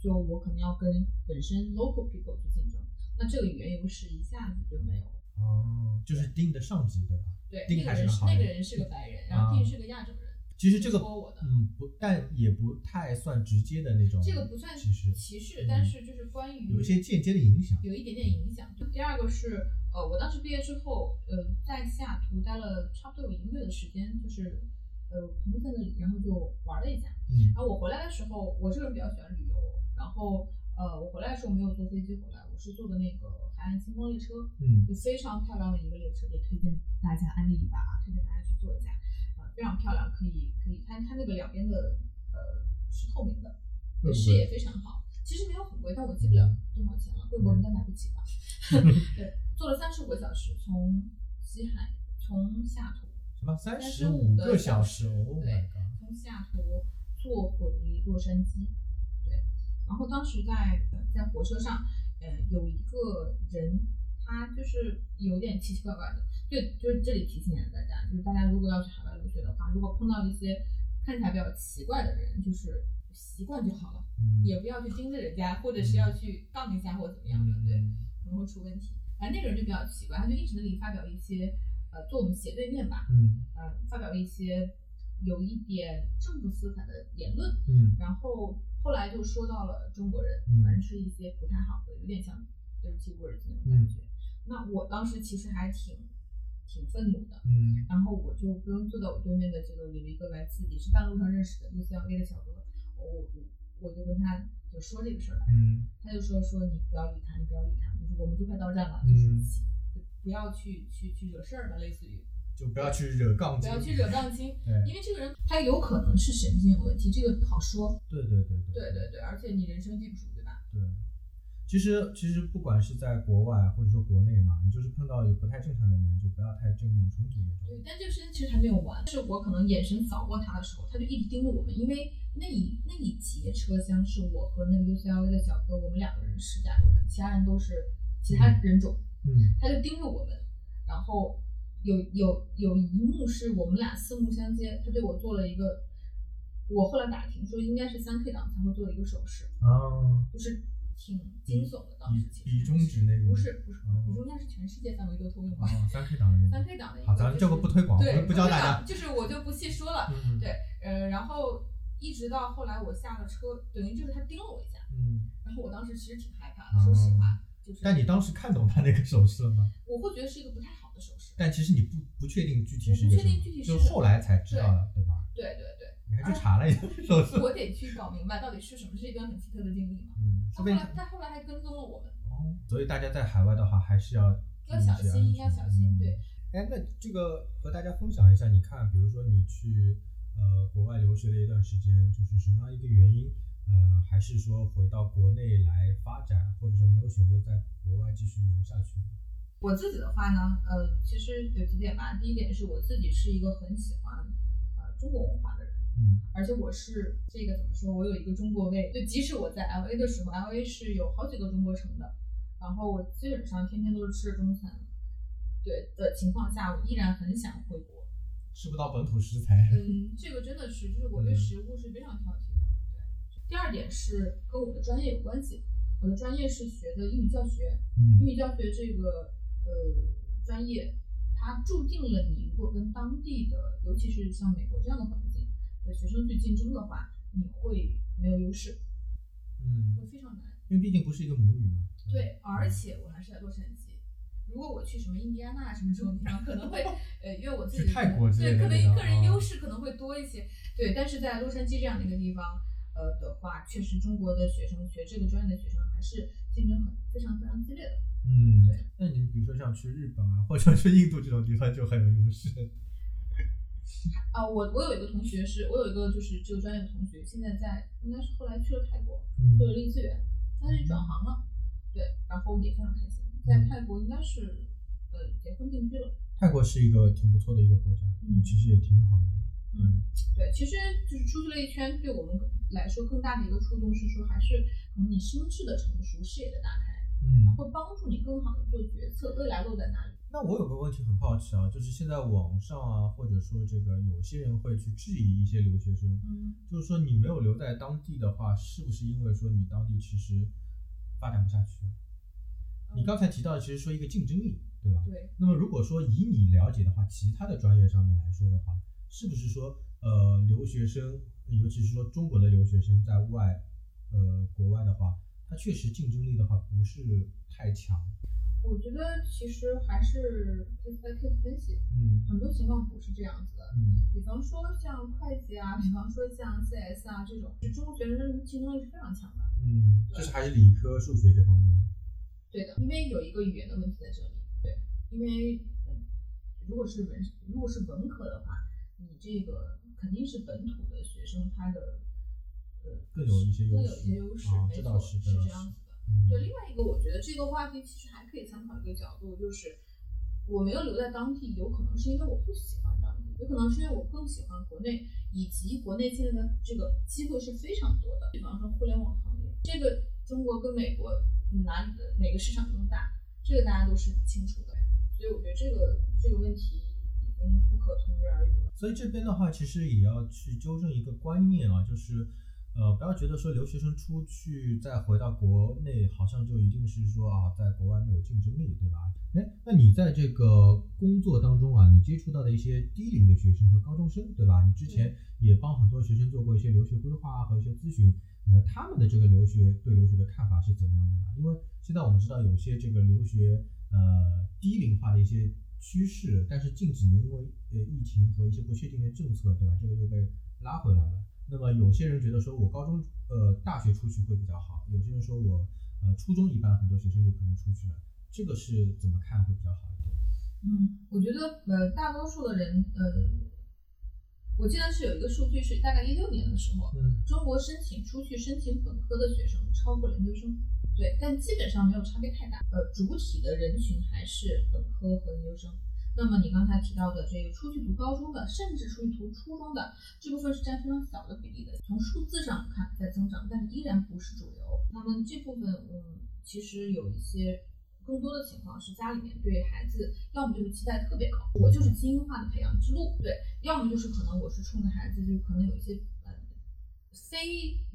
[SPEAKER 5] 就我可能要跟本身 local people 去竞争，那这个语言优势一下子就没有了。
[SPEAKER 6] 哦，就是定的上级对吧？
[SPEAKER 5] 对，那
[SPEAKER 6] 定
[SPEAKER 5] 个
[SPEAKER 6] 还是
[SPEAKER 5] 人是
[SPEAKER 6] 好
[SPEAKER 5] 那个
[SPEAKER 6] 人
[SPEAKER 5] 人是个白人，然后
[SPEAKER 6] 啊
[SPEAKER 5] 定是个亚洲人。
[SPEAKER 6] 其实这个
[SPEAKER 5] 说我的
[SPEAKER 6] 嗯不，但也不太算直接的那种，
[SPEAKER 5] 这个不算
[SPEAKER 6] 歧视，
[SPEAKER 5] 歧视
[SPEAKER 6] 嗯，
[SPEAKER 5] 但是就是关于
[SPEAKER 6] 有一些间接的影响。
[SPEAKER 5] 有一点点影响。就第二个是，呃，我当时毕业之后，呃，在西雅图待了差不多有一个月的时间，就是呃朋友在那里，然后就玩了一下。
[SPEAKER 6] 嗯
[SPEAKER 5] 然后我回来的时候，我这个人比较喜欢旅游，然后呃，我回来的时候没有坐飞机回来，我是坐的那个海岸星光列车，
[SPEAKER 6] 嗯
[SPEAKER 5] 就非常漂亮的一个列车，也推荐大家安利一把啊，推荐大家去坐一下，啊、非常漂亮，可以可以看它那个两边的呃是透明的，
[SPEAKER 6] 会不
[SPEAKER 5] 对，
[SPEAKER 6] 会
[SPEAKER 5] 视野非常好。其实没有很贵，但我记不了多少钱了，贵我应该买不起吧？ [LAUGHS] 对，坐了三十五个小时，从西海，从西雅图，
[SPEAKER 6] 什么三十
[SPEAKER 5] 35
[SPEAKER 6] 个
[SPEAKER 5] 个
[SPEAKER 6] 小
[SPEAKER 5] 小
[SPEAKER 6] 时
[SPEAKER 5] 时
[SPEAKER 6] ？Oh
[SPEAKER 5] 对
[SPEAKER 6] my god！
[SPEAKER 5] 从西雅图坐回洛杉矶，对，然后当时在在火车上，呃，有一个人，他就是有点奇奇怪怪的，对，就是这里提醒一下大家，就是大家如果要去海外留学的话，如果碰到一些看起来比较奇怪的人，就是习惯就好了，
[SPEAKER 6] 嗯，
[SPEAKER 5] 也不要去盯着人家，或者是要去杠一下或怎么样的，对。
[SPEAKER 6] 嗯
[SPEAKER 5] 可能会出问题。反正那个人就比较奇怪，他就一直在那里发表一些，呃，坐我们斜对面吧，
[SPEAKER 6] 嗯
[SPEAKER 5] 呃，发表一些有一点政治色彩的言论，
[SPEAKER 6] 嗯
[SPEAKER 5] 然后后来就说到了中国人
[SPEAKER 6] 嗯，
[SPEAKER 5] 反正是一些不太好的，有点像 dirty words 那种
[SPEAKER 6] 嗯
[SPEAKER 5] 感觉。那我当时其实还挺挺愤怒的，
[SPEAKER 6] 嗯
[SPEAKER 5] 然后我就不用坐在我对面的这个有一个来自也是半路上认识的 UCLA 的小哥，我我我就跟他就说这个事儿来，
[SPEAKER 6] 嗯
[SPEAKER 5] 他就说说你不要理他，你不要理他，就是我们就快到站了，
[SPEAKER 6] 嗯
[SPEAKER 5] 就是就不要去去去惹事儿吧，类似于
[SPEAKER 6] 就不要去惹杠
[SPEAKER 5] 不
[SPEAKER 6] 精，
[SPEAKER 5] 要去惹杠精，
[SPEAKER 6] 对
[SPEAKER 5] 因为这个人他有可能是神经有问题，这个不好说。
[SPEAKER 6] 对对对对
[SPEAKER 5] 对对对，而且你人生地不熟，对吧？
[SPEAKER 6] 对，其实其实不管是在国外或者说国内嘛，你就是碰到有不太正常的人，就不要太正面冲突那
[SPEAKER 5] 对
[SPEAKER 6] 种。，
[SPEAKER 5] 但这个事情其实还没有完，是我可能眼神扫过他的时候，他就一直盯着我们，因为那一那一节车厢是我和那个 UCLA 的小哥，我们两个人是亚洲人，其他人都是其他人种，
[SPEAKER 6] 嗯
[SPEAKER 5] 他就盯着我们，然后有有有一幕是我们俩四目相接，他对我做了一个，我后来打听说应该是三 K 党才会做的一个手势，
[SPEAKER 6] 啊，
[SPEAKER 5] 就是挺惊悚的，当时其实
[SPEAKER 6] 比比中指那种
[SPEAKER 5] 不是不是
[SPEAKER 6] 哦，
[SPEAKER 5] 比中指是全世界范围都通用吧？
[SPEAKER 6] 哦，三 K 党的那
[SPEAKER 5] 三
[SPEAKER 6] 种。
[SPEAKER 5] K 党的一个、
[SPEAKER 6] 好，咱们这个不推广，
[SPEAKER 5] 对
[SPEAKER 6] 不不教大家。
[SPEAKER 5] 就是我就不细说了。
[SPEAKER 6] 嗯
[SPEAKER 5] 对呃，然后一直到后来我下了车，等于就是他盯了我一下，
[SPEAKER 6] 嗯，
[SPEAKER 5] 然后我当时其实挺害怕的，说实话，就是
[SPEAKER 6] 哦但你当时看懂他那个手势了吗？
[SPEAKER 5] 我会觉得是一个不太好的手势。
[SPEAKER 6] 但其实你不不确定具体是一
[SPEAKER 5] 我不
[SPEAKER 6] 个什
[SPEAKER 5] 确定具体
[SPEAKER 6] 么，
[SPEAKER 5] 是
[SPEAKER 6] 就是后来才知道的，对吧？
[SPEAKER 5] 对对对，
[SPEAKER 6] 你还去查了一下手势。
[SPEAKER 5] 我得去搞明白到底是什么，是一段很奇特的经历嘛。
[SPEAKER 6] 嗯，
[SPEAKER 5] 他后
[SPEAKER 6] 说不定
[SPEAKER 5] 来他后来还跟踪了我们，
[SPEAKER 6] 哦，所以大家在海外的话，还是要
[SPEAKER 5] 要小心，要小心。对，。
[SPEAKER 6] 哎，那这个和大家分享一下，你看，比如说你去呃国外留学了一段时间，就是什么样一个原因？呃，还是说回到国内来发展，或者说没有选择在国外继续留下去呢？
[SPEAKER 5] 我自己的话呢，呃，其实有几点吧。第一点是我自己是一个很喜欢呃中国文化的人，
[SPEAKER 6] 嗯
[SPEAKER 5] 而且我是这个怎么说，我有一个中国胃，就即使我在 L A 的时候，L A 是有好几个中国城的，然后我基本上天天都是吃中餐，对的情况下，我依然很想回国。
[SPEAKER 6] 吃不到本土食材。
[SPEAKER 5] 嗯，这个真的是，就是我对
[SPEAKER 6] 嗯
[SPEAKER 5] 食物是非常挑剔的。对，第二点是跟我的专业有关系，我的专业是学的英语教学，英
[SPEAKER 6] 嗯
[SPEAKER 5] 语教学这个呃专业，它注定了你如果跟当地的，尤其是像美国这样的环境的学生去竞争的话，你会没有优势，会
[SPEAKER 6] 嗯，
[SPEAKER 5] 非常难。
[SPEAKER 6] 因为毕竟不是一个母语嘛。
[SPEAKER 5] 对，而且我还是在洛杉矶。如果我去什么印第安纳什么这种地方，可能会呃，因为我自己
[SPEAKER 6] 去泰国之类
[SPEAKER 5] 对，
[SPEAKER 6] 的
[SPEAKER 5] 可
[SPEAKER 6] 地
[SPEAKER 5] 能
[SPEAKER 6] 方
[SPEAKER 5] 个人
[SPEAKER 6] 啊
[SPEAKER 5] 优势可能会多一些。对，但是在洛杉矶这样的一个地方，呃的话，确实中国的学生学这个专业的学生还是竞争很非常非常激烈的。
[SPEAKER 6] 嗯，那你比如说像去日本啊，或者去印度这种地方就很有优势。
[SPEAKER 5] 啊，我我有一个同学是，我有一个就是这个专业的同学，现在在应该是后来去了泰国
[SPEAKER 6] 嗯
[SPEAKER 5] 做人力资源，他是转行了，对，然后也非常开心，在泰国应该是呃结婚定居了，
[SPEAKER 6] 泰国是一个挺不错的一个国家，
[SPEAKER 5] 嗯
[SPEAKER 6] 其实也挺好的。
[SPEAKER 5] 嗯，对，其实就是出去了一圈，对我们来说更大的一个触动是说，还是可能你心智的成熟，视野的打开，
[SPEAKER 6] 嗯，
[SPEAKER 5] 会帮助你更好的做决策，未来路在哪里？
[SPEAKER 6] 那我有个问题很好奇啊，就是现在网上啊，或者说这个有些人会去质疑一些留学生，
[SPEAKER 5] 嗯，
[SPEAKER 6] 就是说你没有留在当地的话，是不是因为说你当地其实发展不下去？
[SPEAKER 5] 呃
[SPEAKER 6] 你刚才提到的其实说一个竞争力，对吧？
[SPEAKER 5] 对，
[SPEAKER 6] 那么如果说以你了解的话，其他的专业上面来说的话，是不是说呃留学生，尤其是说中国的留学生在外呃国外的话，他确实竞争力的话不是太强，
[SPEAKER 5] 我觉得其实还是 case by case 分析，
[SPEAKER 6] 嗯
[SPEAKER 5] 很多情况不是这样子的，
[SPEAKER 6] 嗯
[SPEAKER 5] 比方说像会计啊，比方说像 CS 啊这种，中国学生竞争力是非常强的。
[SPEAKER 6] 嗯，就是还是理科数学这方面，
[SPEAKER 5] 对的，因为有一个语言的问题在这里。对，因为嗯如果是文如果是文科的话，你这个肯定是本土的学生他的呃
[SPEAKER 6] 更有一些优
[SPEAKER 5] 更
[SPEAKER 6] 势
[SPEAKER 5] 有一些优势，
[SPEAKER 6] 啊
[SPEAKER 5] 没
[SPEAKER 6] 这倒
[SPEAKER 5] 错，
[SPEAKER 6] 是
[SPEAKER 5] 是
[SPEAKER 6] 这倒
[SPEAKER 5] 这
[SPEAKER 6] 是
[SPEAKER 5] 样子的。
[SPEAKER 6] 嗯
[SPEAKER 5] 对，另外一个我觉得这个话题其实还可以参考一个角度，就是我没有留在当地，有可能是因为我不喜欢当地，有可能是因为我更喜欢国内，以及国内现在的这个机会是非常多的，比方说互联网行业，这个中国跟美国哪里的哪个市场更大，这个大家都是清楚的，所以我觉得这个这个问题已经不可同日而语了。
[SPEAKER 6] 所以这边的话，其实也要去纠正一个观念啊，就是，呃，不要觉得说留学生出去再回到国内，好像就一定是说啊，在国外没有竞争力，对吧？哎，那你在这个工作当中啊，你接触到的一些低龄的学生和高中生，对吧？你之前也帮很多学生做过一些留学规划啊和一些咨询，呃，他们的这个留学对留学的看法是怎么样的呢？因为现在我们知道有些这个留学呃低龄化的一些趋势，但是近几年因为呃疫情和一些不确定的政策，对吧？这个又被拉回来了。那么有些人觉得说我高中呃大学出去会比较好，有些人说我呃初中一般很多学生就可能出去了，这个是怎么看会比较好一点？
[SPEAKER 5] 嗯，我觉得呃，大多数的人呃，我记得是有一个数据是大概一六年的时候，
[SPEAKER 6] 嗯
[SPEAKER 5] 中国申请出去申请本科的学生超过了研究生，对，但基本上没有差别太大。呃，主体的人群还是本科和研究生。那么你刚才提到的这个出去读高中的，甚至出去读初中的这部分是占非常小的比例的。从数字上看在增长，但是依然不是主流。那么这部分，嗯，其实有一些更多的情况是家里面对孩子，要么就是期待特别高，我就是精英化的培养之路，对，要么就是可能我是冲着孩子，就是可能有一些呃非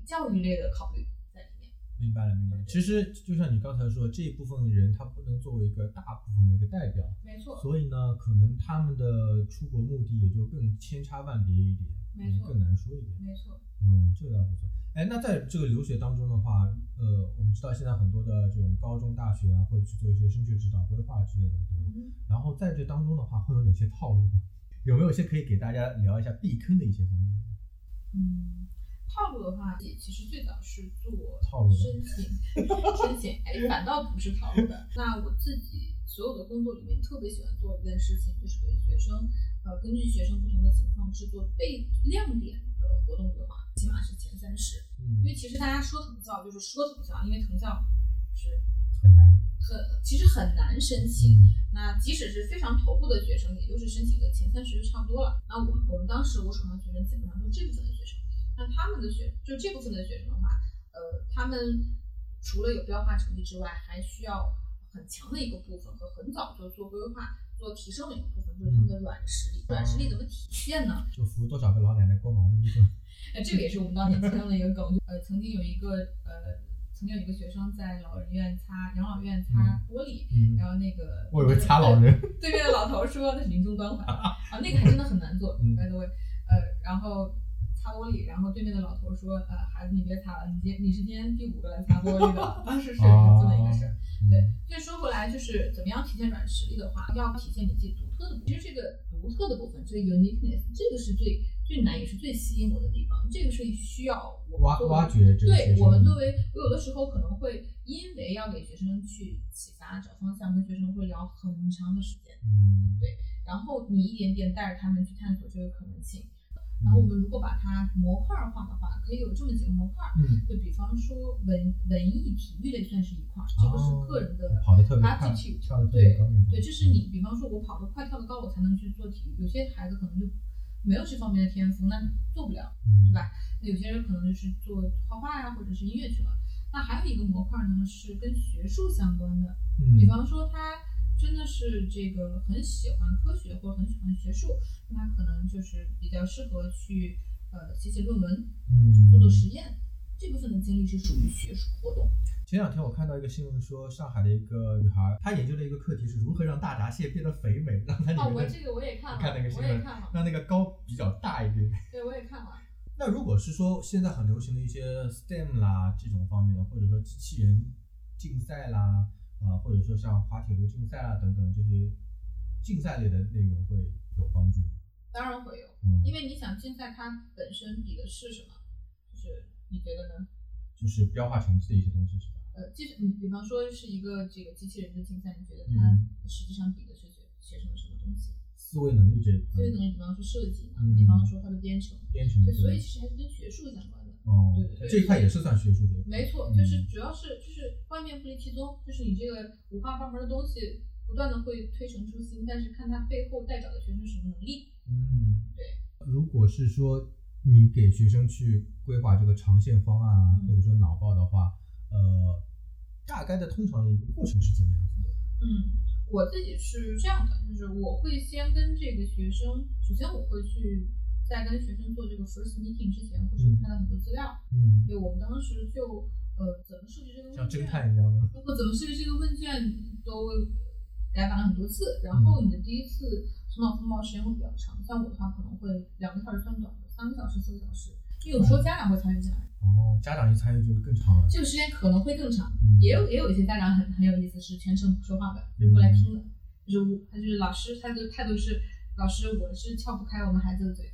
[SPEAKER 5] 教育类的考虑在里面。
[SPEAKER 6] 明白了，明白了。其实就像你刚才说，这一部分人他不能作为一个大部分的一个代表，
[SPEAKER 5] 没错
[SPEAKER 6] 所以呢，可能他们的出国目的也就更千差万别一点，嗯
[SPEAKER 5] 没错
[SPEAKER 6] 更难说一点。
[SPEAKER 5] 没错，
[SPEAKER 6] 嗯，这个倒不错。哎，那在这个留学当中的话，呃，我们知道现在很多的这种高中、大学啊，会去做一些升学指导、规划之类的，对吧？
[SPEAKER 5] 嗯，
[SPEAKER 6] 然后在这当中的话，会有哪些套路呢？有没有一些可以给大家聊一下避坑的一些方面？
[SPEAKER 5] 嗯，套路的话，其实最早是做
[SPEAKER 6] 套路的
[SPEAKER 5] 申请，申请，哎，反倒不是套路
[SPEAKER 6] [LAUGHS]
[SPEAKER 5] 的。那我自己所有的工作里面，特别喜欢做一件事情，就是给学生，呃，根据学生不同的情况制作被亮点的活动规划，起码是前三十。
[SPEAKER 6] 嗯
[SPEAKER 5] 因为其实大家说藤校就是说藤校，因为藤校是
[SPEAKER 6] 很难。
[SPEAKER 5] 很其实很难申请。那即使是非常头部的学生，也就是申请个前三十就差不多了。那我们我们当时我手上的学生基本上都是这部分的学生，那他们的学就这部分的学生的话，呃，他们除了有标化成绩之外，还需要很强的一个部分和很早就做规划、做提升的一个部分，就是他们
[SPEAKER 6] 嗯
[SPEAKER 5] 的软实力。软
[SPEAKER 6] 哦
[SPEAKER 5] 实力怎么体现呢？ [LAUGHS]
[SPEAKER 6] 就扶多少个老奶奶过马路这种。
[SPEAKER 5] 哎，这个也是我们当年听到的一个梗，就呃，曾经有一个呃，曾经有一个学生在老人院擦养老院擦玻璃，
[SPEAKER 6] 嗯
[SPEAKER 5] 然后那个
[SPEAKER 6] 我以为擦老人。
[SPEAKER 5] 对面的老头说那是临终关怀啊，那个还真的很难做
[SPEAKER 6] 嗯
[SPEAKER 5] ，by the way，呃，然后擦玻璃，然后对面的老头说，呃，孩子你别擦了，你今你是今天第五个来擦玻璃
[SPEAKER 6] [LAUGHS]
[SPEAKER 5] 的，当时是这么一个事
[SPEAKER 6] 哦
[SPEAKER 5] 儿。
[SPEAKER 6] 嗯
[SPEAKER 5] 对，所以说回来就是怎么样体现软实力的话，要体现你自己独特的部分。其实这个独特的部分，这个 uniqueness，这个是最最难也是最吸引我的地方。这个是需要我们
[SPEAKER 6] 挖
[SPEAKER 5] 作为
[SPEAKER 6] 挖掘这个学
[SPEAKER 5] 对
[SPEAKER 6] 生
[SPEAKER 5] 我们作为，我有的时候可能会因为要给学生去启发、找方向，跟学生会聊很长的时间，
[SPEAKER 6] 嗯，
[SPEAKER 5] 然后你一点点带着他们去探索这个可能性。然后我们如果把它模块化的话，可以有这么几个模块儿，
[SPEAKER 6] 嗯，
[SPEAKER 5] 就比方说文文艺、体育类算是一块儿，这个是个人的
[SPEAKER 6] 哦跑得特别快，
[SPEAKER 5] attitude，
[SPEAKER 6] 跳得特别
[SPEAKER 5] 对
[SPEAKER 6] 高那种。嗯
[SPEAKER 5] 对，这是你，比方说我跑得快、跳得高，我才能去做体育。有些孩子可能就没有这方面的天赋，那做不了。
[SPEAKER 6] 嗯，
[SPEAKER 5] 对吧那有些人可能就是做画画呀、或者是音乐去了。那还有一个模块呢，是跟学术相关的，
[SPEAKER 6] 嗯，
[SPEAKER 5] 比方说他真的是这个很喜欢科学或者很喜欢学术，那他可能就是比较适合去呃写写论文、
[SPEAKER 6] 嗯，
[SPEAKER 5] 做做实验。这部分的精力是属于学术活动。
[SPEAKER 6] 前两天我看到一个新闻说，上海的一个女孩，她研究了一个课题是如何让大闸蟹变得肥美，让它里面的、
[SPEAKER 5] 哦，我这个我也看了，
[SPEAKER 6] 你看那个新
[SPEAKER 5] 我也
[SPEAKER 6] 闻，
[SPEAKER 5] 看了，
[SPEAKER 6] 让那个高比较大一点。
[SPEAKER 5] 对，我也看了。
[SPEAKER 6] 那如果是说现在很流行的一些 STEM 啦这种方面的，或者说机器人竞赛啦，啊、或者说像滑铁卢竞赛啦等等这些竞赛类的内容会有帮助吗。
[SPEAKER 5] 当然会有，
[SPEAKER 6] 嗯，
[SPEAKER 5] 因为你想竞赛，它本身比的是什么？就是你觉得呢？
[SPEAKER 6] 就是标化成绩的一些东西是吧？
[SPEAKER 5] 呃，即使你比方说是一个这个机器人的竞赛，你觉得它
[SPEAKER 6] 嗯
[SPEAKER 5] 实际上比的是学学什么什么东西？
[SPEAKER 6] 思维能力这一块，
[SPEAKER 5] 所以呢，比方说设计嘛，
[SPEAKER 6] 嗯
[SPEAKER 5] 比方说它的编程，
[SPEAKER 6] 编程
[SPEAKER 5] 对，所以
[SPEAKER 6] 对
[SPEAKER 5] 其实还是跟学术相关的。
[SPEAKER 6] 哦
[SPEAKER 5] 对对，对
[SPEAKER 6] 这一块也嗯是算学术的，
[SPEAKER 5] 没错，就是主要是就是万变不离其宗，就是你这个五花八门的东西不断的会推陈出新，但是看它背后代表的学生什么能力。
[SPEAKER 6] 嗯，
[SPEAKER 5] 对。
[SPEAKER 6] 如果是说你给学生去规划这个长线方案啊，
[SPEAKER 5] 嗯
[SPEAKER 6] 或者说脑报的话，呃，大概的通常的一个过程是怎么样子的？
[SPEAKER 5] 嗯，我自己是这样的，就是我会先跟这个学生，首先我会去在跟学生做这个 first meeting 之前，会去
[SPEAKER 6] 嗯
[SPEAKER 5] 看到很多资料。
[SPEAKER 6] 嗯，
[SPEAKER 5] 对，我们当时就呃怎么设计这个
[SPEAKER 6] 像
[SPEAKER 5] 问
[SPEAKER 6] 侦
[SPEAKER 5] 卷，
[SPEAKER 6] 探一样的。
[SPEAKER 5] 我怎么设计这个问卷都改版了很多次，然后
[SPEAKER 6] 嗯
[SPEAKER 5] 你的第一次头脑风暴时间会比较长，像我的话可能会两个小时算短的，三个小时、四个小时，因为有时
[SPEAKER 6] 嗯
[SPEAKER 5] 候家长会参与进来，
[SPEAKER 6] 哦，家长一参与就更长了。
[SPEAKER 5] 这个时间可能会更长，
[SPEAKER 6] 嗯
[SPEAKER 5] 也有也有一些家长很很有意思，是全程不说话的，就是
[SPEAKER 6] 嗯
[SPEAKER 5] 过来听的，就是我他就是老师，他的态度是老师，我是撬不开我们孩子的嘴的，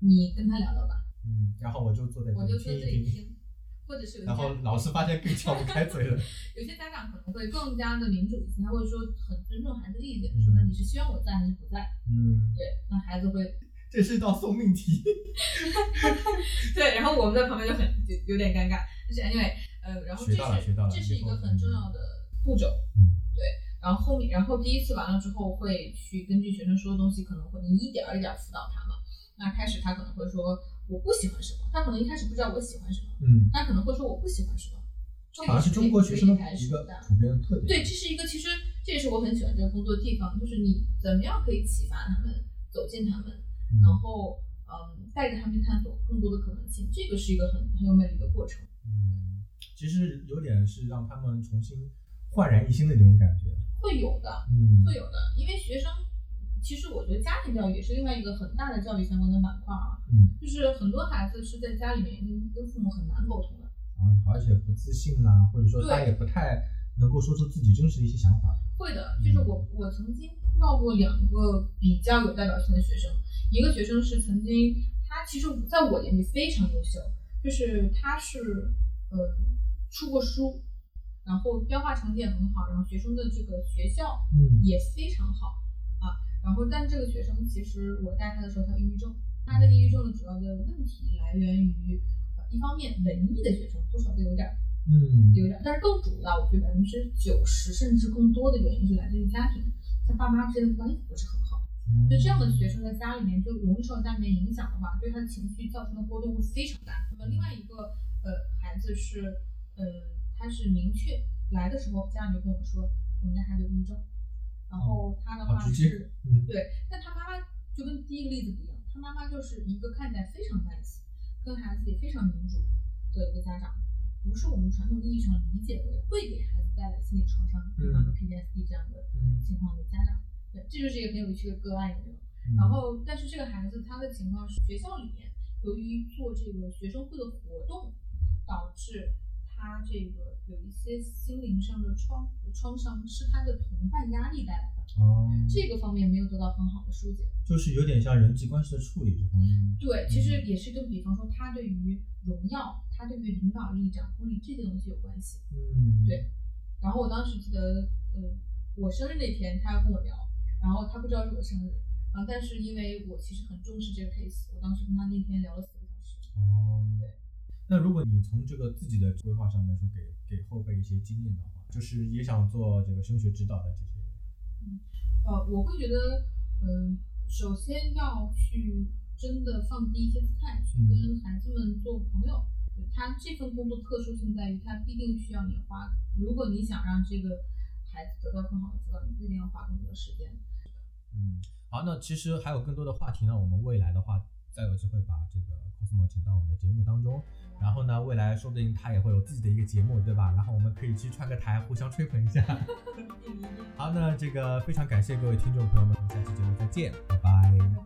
[SPEAKER 5] 你跟他聊聊吧，
[SPEAKER 6] 嗯，然后我就坐在这
[SPEAKER 5] 我
[SPEAKER 6] 里
[SPEAKER 5] 就坐
[SPEAKER 6] 听
[SPEAKER 5] 这
[SPEAKER 6] 一
[SPEAKER 5] 里
[SPEAKER 6] [LAUGHS] 听，
[SPEAKER 5] 听，或者是有一
[SPEAKER 6] 然后
[SPEAKER 5] 些
[SPEAKER 6] 老师发现更撬不开嘴
[SPEAKER 5] [LAUGHS]
[SPEAKER 6] 了。
[SPEAKER 5] 有些家长可能会更加的民主一些，他会说很尊重孩子的意见，
[SPEAKER 6] 嗯
[SPEAKER 5] 说那你是希望我在还是不在？
[SPEAKER 6] 嗯，
[SPEAKER 5] 对，那孩子会 [LAUGHS]
[SPEAKER 6] 这是一道送命题。
[SPEAKER 5] 对，然后我们在旁边就很有有点尴尬，就是 anyway，呃，然后这
[SPEAKER 6] 学到了学
[SPEAKER 5] 是
[SPEAKER 6] 到了
[SPEAKER 5] 这是一
[SPEAKER 6] 以
[SPEAKER 5] 个
[SPEAKER 6] 后
[SPEAKER 5] 很重要的步骤，
[SPEAKER 6] 嗯，
[SPEAKER 5] 对。然后后面，然后第一次完了之后，会去根据学生说的东西，可能会你一点儿一点儿辅导他嘛。那开始他可能会说我不喜欢什么，他可能一开始不知道我喜欢什么，
[SPEAKER 6] 嗯，
[SPEAKER 5] 他可能会说我不喜欢什么。这
[SPEAKER 6] 好像是中国学生的一个普遍的特点。
[SPEAKER 5] 对，这是一个其实这也是我很喜欢这个工作的地方，就是你怎么样可以启发他们走进他们，
[SPEAKER 6] 嗯
[SPEAKER 5] 然后嗯带着他们去探索更多的可能性，这个是一个很很有魅力的过程。
[SPEAKER 6] 嗯，其实有点是让他们重新焕然一新的那种感觉。
[SPEAKER 5] 会有的，
[SPEAKER 6] 嗯
[SPEAKER 5] 会有的，因为学生其实我觉得家庭教育也是另外一个很大的教育相关的板块啊，
[SPEAKER 6] 嗯，
[SPEAKER 5] 就是很多孩子是在家里面跟跟父母很难沟通的，
[SPEAKER 6] 然后而且不自信啦，或者说他
[SPEAKER 5] 对
[SPEAKER 6] 也不太能够说出自己真实的一些想法。
[SPEAKER 5] 会的，就是我我曾经碰到过两个比较有代表性的学生，一个学生是曾经他其实在我眼里非常优秀，就是他是呃出过书，然后标化成绩也很好，然后学生的这个学校
[SPEAKER 6] 嗯
[SPEAKER 5] 也非常好啊。然后，但这个学生其实我带他的时候，他抑郁症，他的抑郁症的主要的问题来源于，呃，一方面文艺的学生多少都有点儿
[SPEAKER 6] 嗯
[SPEAKER 5] 有点儿，但是更主要，我觉得百分之九十甚至更多的原因是来自于家庭，他爸妈之间的关系不是很好，所以这样的学生在家里面就容易受到家里面影响的话，对他的情绪造成的波动会非常大。那么另外一个呃孩子是，呃，他是明确来的时候，家长就跟我说，我们家孩子有抑郁症，然后他的
[SPEAKER 6] 好
[SPEAKER 5] 话
[SPEAKER 6] 直接
[SPEAKER 5] 是，
[SPEAKER 6] 嗯
[SPEAKER 5] 对，但他妈妈就跟第一个例子不一样，他妈妈就是一个看起来非常 nice，跟孩子也非常民主的一个家长，不是我们传统意义上理解为会给孩子带来心理创伤，比方说 PTSD 这样的
[SPEAKER 6] 嗯
[SPEAKER 5] 情况的家长。对，这就是一个很有趣的个案，有没有？
[SPEAKER 6] 嗯
[SPEAKER 5] 然后，但是这个孩子他的情况是学校里面由于做这个学生会的活动，导致他这个有一些心灵上的创创伤，是他的同伴压力带来的。
[SPEAKER 6] 哦，
[SPEAKER 5] 这个方面没有得到很好的疏解。
[SPEAKER 6] 就是有点像人际关系的处理这方面。
[SPEAKER 5] 对，其实也是跟比方说他对于荣耀、他对于领导力、掌控力这些东西有关系。
[SPEAKER 6] 嗯，
[SPEAKER 5] 对然后我当时记得，呃，我生日那天他要跟我聊，然后他不知道是我生日，然后但是因为我其实很重视这个 case，我当时跟他那天聊了四个小时。
[SPEAKER 6] 哦，那如果你从这个自己的规划上面说给给后辈一些经验的话，就是也想做这个升学指导的这些，
[SPEAKER 5] 呃，我会觉得，嗯、首先要去真的放低一些姿态，去
[SPEAKER 6] 嗯
[SPEAKER 5] 跟孩子们做朋友。他这份工作特殊性在于，他必定需要你花。如果你想让这个孩子得到更好的辅导，你必定要花更多的时间。
[SPEAKER 6] 嗯，好，那其实还有更多的话题呢，我们未来的话，再有机会把这个 Cosmo 请到我们的节目当中，然后呢，未来说不定他也会有自己的一个节目，对吧？然后我们可以去串个台，互相吹捧一下。 [LAUGHS] 好，那这个非常感谢各位听众朋友们，我们下期节目再见，拜拜。